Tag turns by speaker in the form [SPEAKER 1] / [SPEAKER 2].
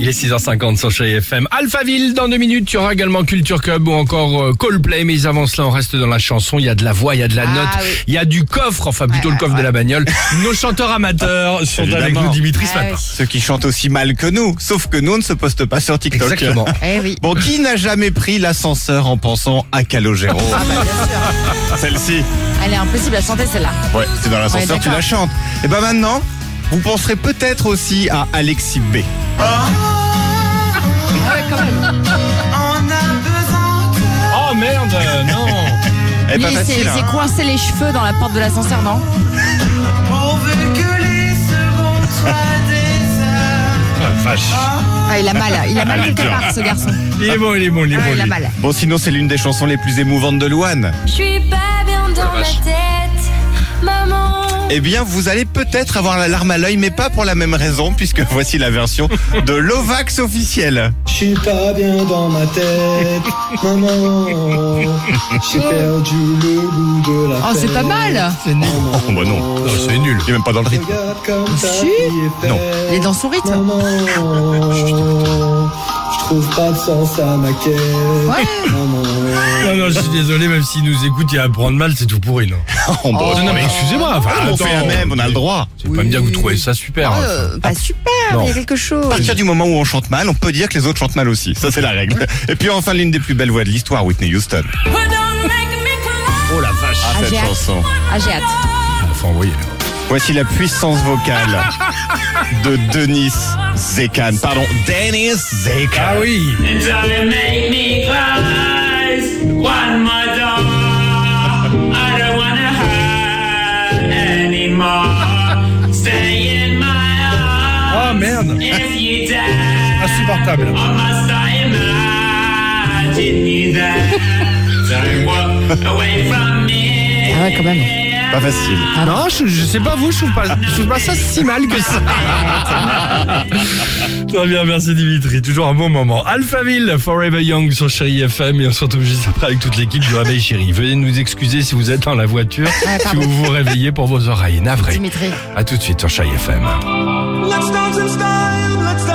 [SPEAKER 1] est 6h50 sur chez FM. Alphaville, dans deux minutes, tu auras également Culture Club ou encore euh, Coldplay. Mais avant cela, on reste dans la chanson. Il y a de la voix, il y a de la
[SPEAKER 2] Ah,
[SPEAKER 1] note,
[SPEAKER 2] oui.
[SPEAKER 1] il y a du coffre, enfin plutôt le coffre de la bagnole. Nos chanteurs amateurs sont avec
[SPEAKER 3] Ah, Évidemment.
[SPEAKER 1] nous, Dimitri, ce
[SPEAKER 2] Ah,
[SPEAKER 1] matin.
[SPEAKER 3] Ceux qui chantent aussi mal que nous, sauf que nous on ne se poste pas sur TikTok.
[SPEAKER 1] Exactement.
[SPEAKER 2] Eh oui.
[SPEAKER 3] Bon, qui n'a jamais pris l'ascenseur en pensant à Calogero
[SPEAKER 2] Ah
[SPEAKER 1] Ah.
[SPEAKER 3] Celle-ci.
[SPEAKER 2] bah, Elle est impossible à chanter celle-là.
[SPEAKER 3] Ouais, c'est dans l'ascenseur,
[SPEAKER 2] Ouais,
[SPEAKER 3] tu la
[SPEAKER 2] d'accord.
[SPEAKER 3] chantes. Et ben maintenant, vous penserez peut-être aussi à Alexis B. Eh
[SPEAKER 1] Oh merde, euh, non
[SPEAKER 3] Eh,
[SPEAKER 2] Lui,
[SPEAKER 3] pas
[SPEAKER 2] il s'est-
[SPEAKER 3] facile.
[SPEAKER 2] il s'est
[SPEAKER 3] hein.
[SPEAKER 2] coincé les cheveux dans la porte de l'ascenseur, non Ah, il a mal, il a mal quelque part, ce garçon.
[SPEAKER 1] Il est bon, il est bon, il est
[SPEAKER 2] Ah,
[SPEAKER 1] bon.
[SPEAKER 2] il a
[SPEAKER 1] lui.
[SPEAKER 2] mal.
[SPEAKER 3] Bon, sinon, c'est l'une des chansons les plus émouvantes de Louane.
[SPEAKER 4] Je suis pas bien dans ma tête, maman.
[SPEAKER 3] Eh bien, vous allez peut-être avoir la larme à l'œil, mais pas pour la même raison, puisque voici la version de Lovax officielle.
[SPEAKER 5] Je suis pas bien dans ma tête, maman. J'ai perdu le goût de la
[SPEAKER 2] Oh, c'est
[SPEAKER 5] fête.
[SPEAKER 2] pas mal
[SPEAKER 3] Oh, bah non.
[SPEAKER 1] Non, Oh, c'est nul.
[SPEAKER 3] Il est même pas dans le rythme.
[SPEAKER 5] Regarde comme ta
[SPEAKER 2] Si.
[SPEAKER 5] vie est
[SPEAKER 3] Non.
[SPEAKER 5] belle,
[SPEAKER 2] Il est dans son rythme.
[SPEAKER 5] Maman, je trouve pas de sens à ma quête.
[SPEAKER 2] Ouais.
[SPEAKER 5] Maman,
[SPEAKER 1] Non, non, je suis désolé, même s'il nous écoute, il va prendre mal, c'est tout pourri, non
[SPEAKER 3] Oh, bah,
[SPEAKER 1] Non, non, mais excusez-moi, enfin,
[SPEAKER 3] on
[SPEAKER 1] attends.
[SPEAKER 3] fait la même, on a le droit.
[SPEAKER 1] Tu peux pas me dire que vous trouvez ça super. hein.
[SPEAKER 2] Euh, pas super,
[SPEAKER 1] Non.
[SPEAKER 2] il y a quelque chose.
[SPEAKER 3] À partir du moment où on chante mal, on peut dire que les autres chantent mal aussi. Ça, c'est la règle. Et puis enfin, l'une des plus belles voix de l'histoire, Whitney Houston.
[SPEAKER 1] Oh la vache
[SPEAKER 3] Ah,
[SPEAKER 2] j'ai
[SPEAKER 3] cette
[SPEAKER 2] hâte.
[SPEAKER 3] chanson.
[SPEAKER 2] Ah, j'ai hâte.
[SPEAKER 1] Enfin, oui.
[SPEAKER 3] Voici la puissance vocale de Denis Zekan. Pardon, Denis Zekan.
[SPEAKER 1] Ah oui
[SPEAKER 6] It's gonna make me cry one more time. I don't wanna hide anymore. Stay in my
[SPEAKER 1] Ah
[SPEAKER 6] arms.
[SPEAKER 1] merde
[SPEAKER 6] If you dare,
[SPEAKER 1] Insupportable
[SPEAKER 6] or must I imagine you there? Don't walk away from me.
[SPEAKER 2] Ah ouais, quand même.
[SPEAKER 3] Pas facile.
[SPEAKER 1] Non, je, je sais pas vous, je trouve pas, je trouve pas ça si mal que ça Très bien, merci Dimitri, toujours un bon moment. Alphaville, Forever Young sur Chéri FM et on se retrouve juste après avec toute l'équipe du Réveil Chéri. Veuillez nous excuser si vous êtes dans la voiture,
[SPEAKER 2] Ah,
[SPEAKER 1] si
[SPEAKER 2] pardon.
[SPEAKER 1] vous vous réveillez pour vos oreilles, navré.
[SPEAKER 2] Dimitri.
[SPEAKER 1] A tout de suite sur Chéri FM.
[SPEAKER 5] Let's dance in style, let's